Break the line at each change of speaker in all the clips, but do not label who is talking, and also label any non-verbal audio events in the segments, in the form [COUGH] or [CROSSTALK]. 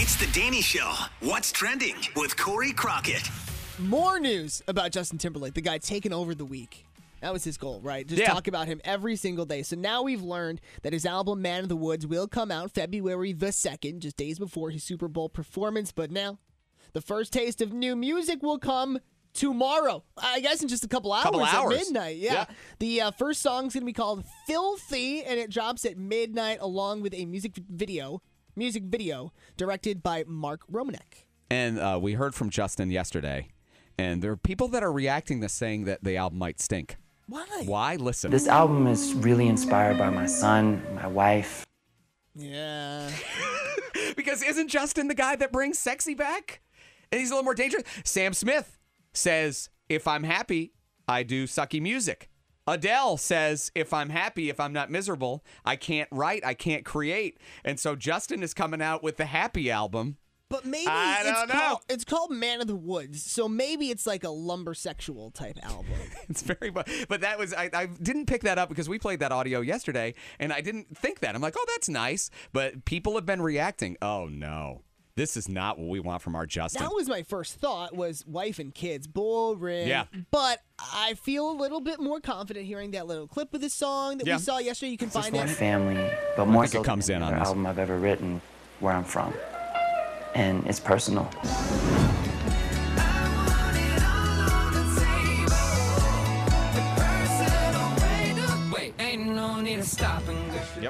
It's the Danny Show. What's trending with Corey Crockett?
More news about Justin Timberlake, the guy taking over the week. That was his goal, right? Just
Yeah.
talk about him every single day. So now we've learned that his album Man of the Woods will come out February the 2nd, just days before his Super Bowl performance. But now, the first taste of new music will come tomorrow. I guess in just a couple hours,
Couple
at
hours.
midnight.
Yeah.
Yeah. The uh, first song's going to be called Filthy, and it drops at midnight along with a music video, music video directed by Mark Romanek.
And uh, we heard from Justin yesterday, and there are people that are reacting to saying that the album might stink.
Why?
Why? Listen.
This album is really inspired by my son, my wife.
Yeah.
[LAUGHS] because isn't Justin the guy that brings sexy back? And he's a little more dangerous. Sam Smith says, if I'm happy, I do sucky music. Adele says, if I'm happy, if I'm not miserable, I can't write, I can't create. And so Justin is coming out with the happy album.
But maybe
I
it's,
don't know.
Called, it's called Man of the Woods, so maybe it's like a lumbersexual type
[LAUGHS]
album.
It's very, bu- but that was, I, I didn't pick that up because we played that audio yesterday and I didn't think that. I'm like, oh, that's nice. But people have been reacting. Oh, no. This is not what we want from our Justin.
that was my first thought was wife and kids, boring.
Yeah.
But I feel a little bit more confident hearing that little clip of the song that
Yeah.
we saw yesterday. You can
It's
find
my
it.
family, but more
think it
so
comes
than
in on
another
this.
album I've ever written, where I'm from, and it's personal.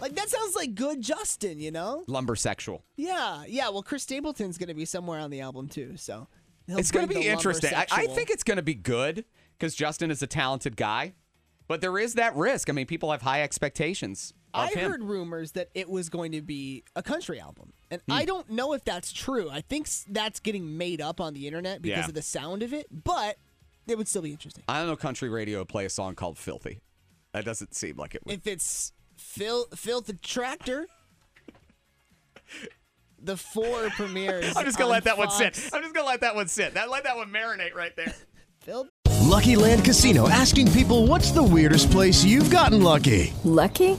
Like that sounds like good Justin, you know?
Lumbersexual.
Yeah, yeah. Well, Chris Stapleton's gonna be somewhere on the album too, so he'll
it's going to
bring
be
the
interesting. I, I
lumbersexual.
think it's going to be good because Justin is a talented guy, but there is that risk. I mean, people have high expectations of
I
him.
heard rumors that it was going to be a country album, and
Hmm.
I don't know if that's true. I think s- that's getting made up on the internet because
Yeah. Uh,
of the sound of it, but it would still be interesting.
I don't know country radio would play a song called "Filthy." That doesn't seem like it. Would.
If it's Phil, Phil the Tractor, the
[LAUGHS]
four premieres.
I'm just gonna
on
let that one sit.
Fox.
I'm just gonna let that one sit. That let that one marinate right there.
Phil,
Lucky Land Casino asking people what's the weirdest place you've gotten lucky?
Lucky?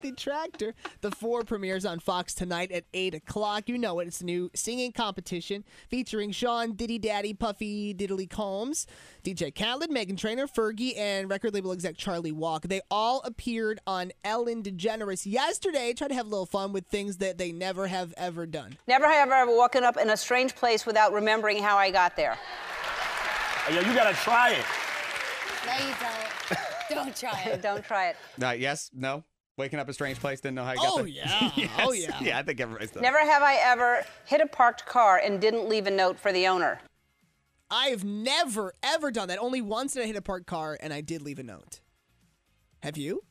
the Tractor, the four premieres on Fox tonight at eight o'clock. You know it. It's a new singing competition featuring Sean Diddy Daddy, Puffy Diddly Combs, DJ Khaled, Megan Trainor, Fergie, and record label exec Charlie Walk. They all appeared on Ellen DeGeneres yesterday. Try to have a little fun with things that they never have ever done.
Never have I ever woken up in a strange place without remembering how I got there.
Yeah, you gotta try it.
No, you don't. Don't try it. don't try it.
Uh, yes, no. Waking up a strange place, didn't know how you got
Oh
there.
yeah. Oh
[LAUGHS] Yes.
yeah.
Yeah, I think everybody's done.
Never have I ever hit a parked car and didn't leave a note for the owner.
I've never ever done that. Only once did I hit a parked car and I did leave a note. Have you?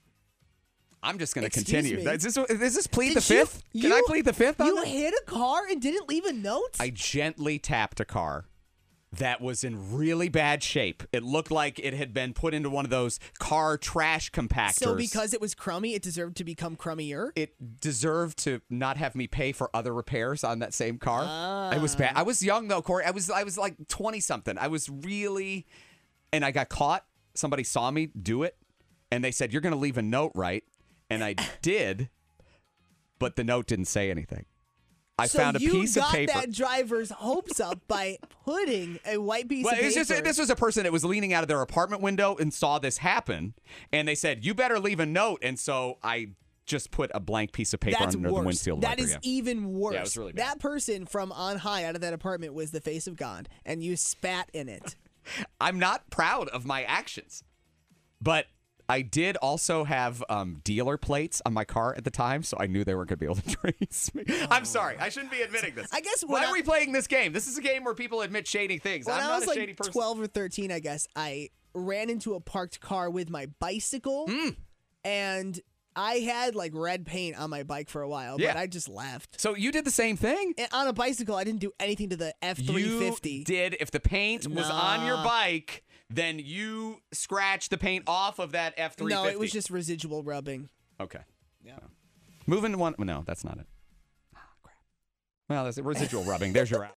I'm just gonna
Excuse
continue.
me.
Is this, is this plead the
Did you-
fifth? Can I
you-
plead the fifth? on
You
this?
hit a car and didn't leave a note?
I gently tapped a car that was in really bad shape. It looked like it had been put into one of those car trash compactors.
so because it was crummy, it deserved to become crummier.
it deserved to not have me pay for other repairs on that same car. I was
Ah.
bad. I was young though, Corey. I was I was like 20 something. I was really and I got caught. Somebody saw me do it and they said, "You're going to leave a note, right?" And
[LAUGHS]
I did, but the note didn't say anything. I
so
found a
you
piece
got
of paper.
that driver's hopes up by putting a white piece
Well,
of
it's
paper.
just this was a person that was leaning out of their apartment window and saw this happen, and they said, "You better leave a note." And so I just put a blank piece of paper
That's
under the
worse.
windshield.
That
wiper,
is
yeah.
even worse.
was really bad.
That person from on high out of that apartment was the face of God, and you spat in it.
I'm not proud of my actions, but I did also have um, dealer plates on my car at the time, so I knew they weren't going to be able to [LAUGHS] trace me. I'm sorry, I shouldn't be admitting this.
Oh. I guess
why
when
are
I-
we playing this game? This is a game where people admit shady things.
When
I'm
I
not
was
a
like
shady person.
12 or 13, I guess, I ran into a parked car with my bicycle
Mm.
and I had like red paint on my bike for a while,
Yeah.
but I just left.
So you did the same thing.
And on a bicycle, I didn't do anything to the F350.
You did. If the paint was on your
Nah.
bike, then you scratched the paint off of that F three.
No, it was just residual rubbing.
okay. Yeah.
[LAUGHS]
Moving one. No, that's not it. Ah, crap. Well, that's residual rubbing. There's your out.